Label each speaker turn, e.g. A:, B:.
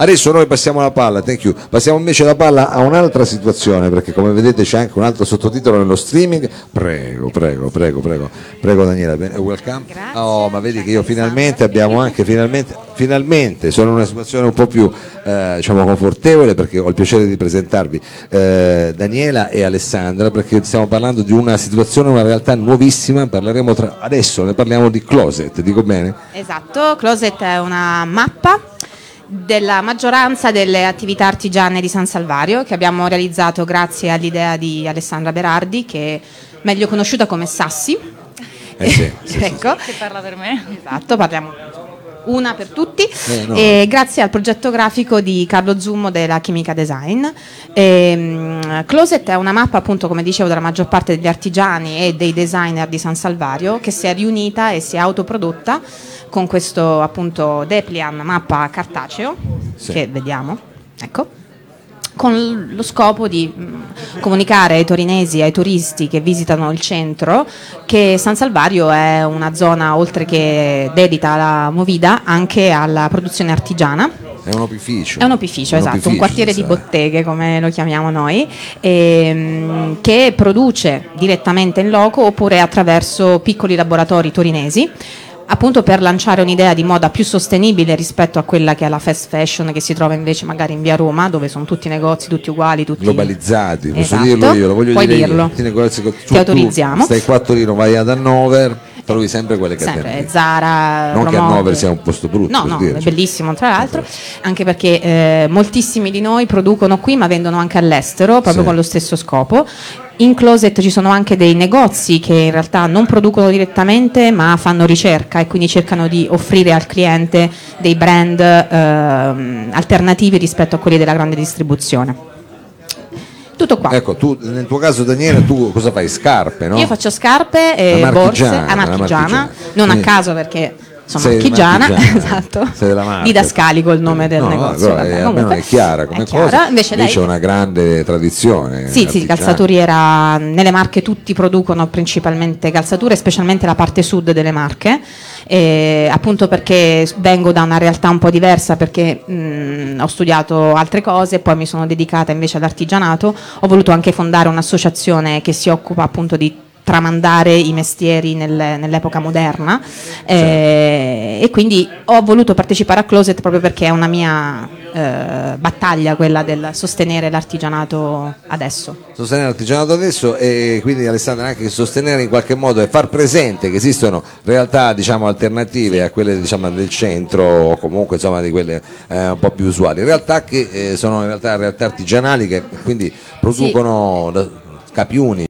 A: Adesso noi passiamo la palla, thank you. Passiamo invece la palla a un'altra situazione, perché come vedete c'è anche un altro sottotitolo nello streaming. Prego, prego, prego, prego. Prego Daniela, bene, welcome.
B: Grazie.
A: Oh, ma vedi che io
B: Grazie,
A: finalmente
B: Alessandro.
A: abbiamo anche finalmente, finalmente sono in una situazione un po' più eh, diciamo confortevole perché ho il piacere di presentarvi eh, Daniela e Alessandra perché stiamo parlando di una situazione, una realtà nuovissima. Parleremo tra adesso, ne parliamo di closet, dico bene?
B: Esatto, Closet è una mappa della maggioranza delle attività artigiane di San Salvario che abbiamo realizzato grazie all'idea di Alessandra Berardi che è meglio conosciuta come Sassi.
A: Eh sì, sì, sì,
B: ecco,
C: Che parla per me?
B: esatto, parliamo una per tutti
A: Eh, no.
B: e grazie al progetto grafico di Carlo Zummo della Chimica Design. Ehm, Closet è una mappa appunto come dicevo della maggior parte degli artigiani e dei designer di San Salvario che si è riunita e si è autoprodotta con questo appunto Deplian mappa cartaceo
A: Sì.
B: che vediamo. Ecco con l- lo scopo di mh, comunicare ai torinesi e ai turisti che visitano il centro che San Salvario è una zona oltre che dedita alla movida anche alla produzione artigiana.
A: È un opificio.
B: È un opificio, esatto, un quartiere di
A: sai.
B: botteghe come lo chiamiamo noi, ehm, che produce direttamente in loco oppure attraverso piccoli laboratori torinesi. Appunto per lanciare un'idea di moda più sostenibile rispetto a quella che è la fast fashion che si trova invece magari in via Roma, dove sono tutti negozi, tutti uguali, tutti
A: globalizzati, posso
B: Esatto.
A: dirlo io, lo voglio
B: Puoi
A: dire io.
B: dirlo.
A: Ti, negozi- tu- tu
B: autorizziamo.
A: Stai qua a Torino, vai ad Hannover, trovi sempre quelle catene.
B: Sempre, esatto,
A: lì.
B: Zara,
A: Non che
B: Promote.
A: Hannover sia un posto brutto,
B: No,
A: per
B: no,
A: dire,
B: è
A: cioè.
B: bellissimo tra l'altro, anche perché eh, moltissimi di noi producono qui ma vendono anche all'estero proprio
A: Sì.
B: con lo stesso scopo. In closet ci sono anche dei negozi che in realtà non producono direttamente ma fanno ricerca e quindi cercano di offrire al cliente dei brand ehm, alternativi rispetto a quelli della grande distribuzione. Tutto qua.
A: Ecco, tu, nel tuo caso Daniele, tu cosa fai? Scarpe, no?
B: Io faccio scarpe e
A: La
B: borse
A: marchigiana,
B: a
A: la
B: marchigiana,
A: marchigiana.
B: non a
A: Quindi-
B: caso perché sono
A: Sei
B: marchigiana,
A: marchigiana,
B: esatto.
A: sei della marca.
B: Didascalico il nome del
A: No,
B: negozio.
A: però
B: vabbè,
A: è, almeno
B: comunque
A: è chiara come
B: è chiara,
A: cosa.
B: Invece
A: Lì
B: lei
A: c'è una grande tradizione.
B: sì, sì,
A: artigiana.
B: calzaturiera, nelle Marche tutti producono principalmente calzature, specialmente la parte sud delle Marche, eh, appunto perché s- vengo da una realtà un po' diversa, perché mh, ho studiato altre cose, poi mi sono dedicata invece all'artigianato, ho voluto anche fondare un'associazione che si occupa appunto di tramandare i mestieri nel- nell'epoca moderna eh, e quindi ho voluto partecipare a Closet proprio perché è una mia eh, battaglia quella del sostenere l'artigianato adesso.
A: Sostenere l'artigianato adesso e quindi Alessandra anche sostenere in qualche modo e far presente che esistono realtà diciamo alternative a quelle diciamo del centro o comunque insomma di quelle eh, un po' più usuali, realtà che eh, sono in realtà realtà artigianali che quindi producono da- capioni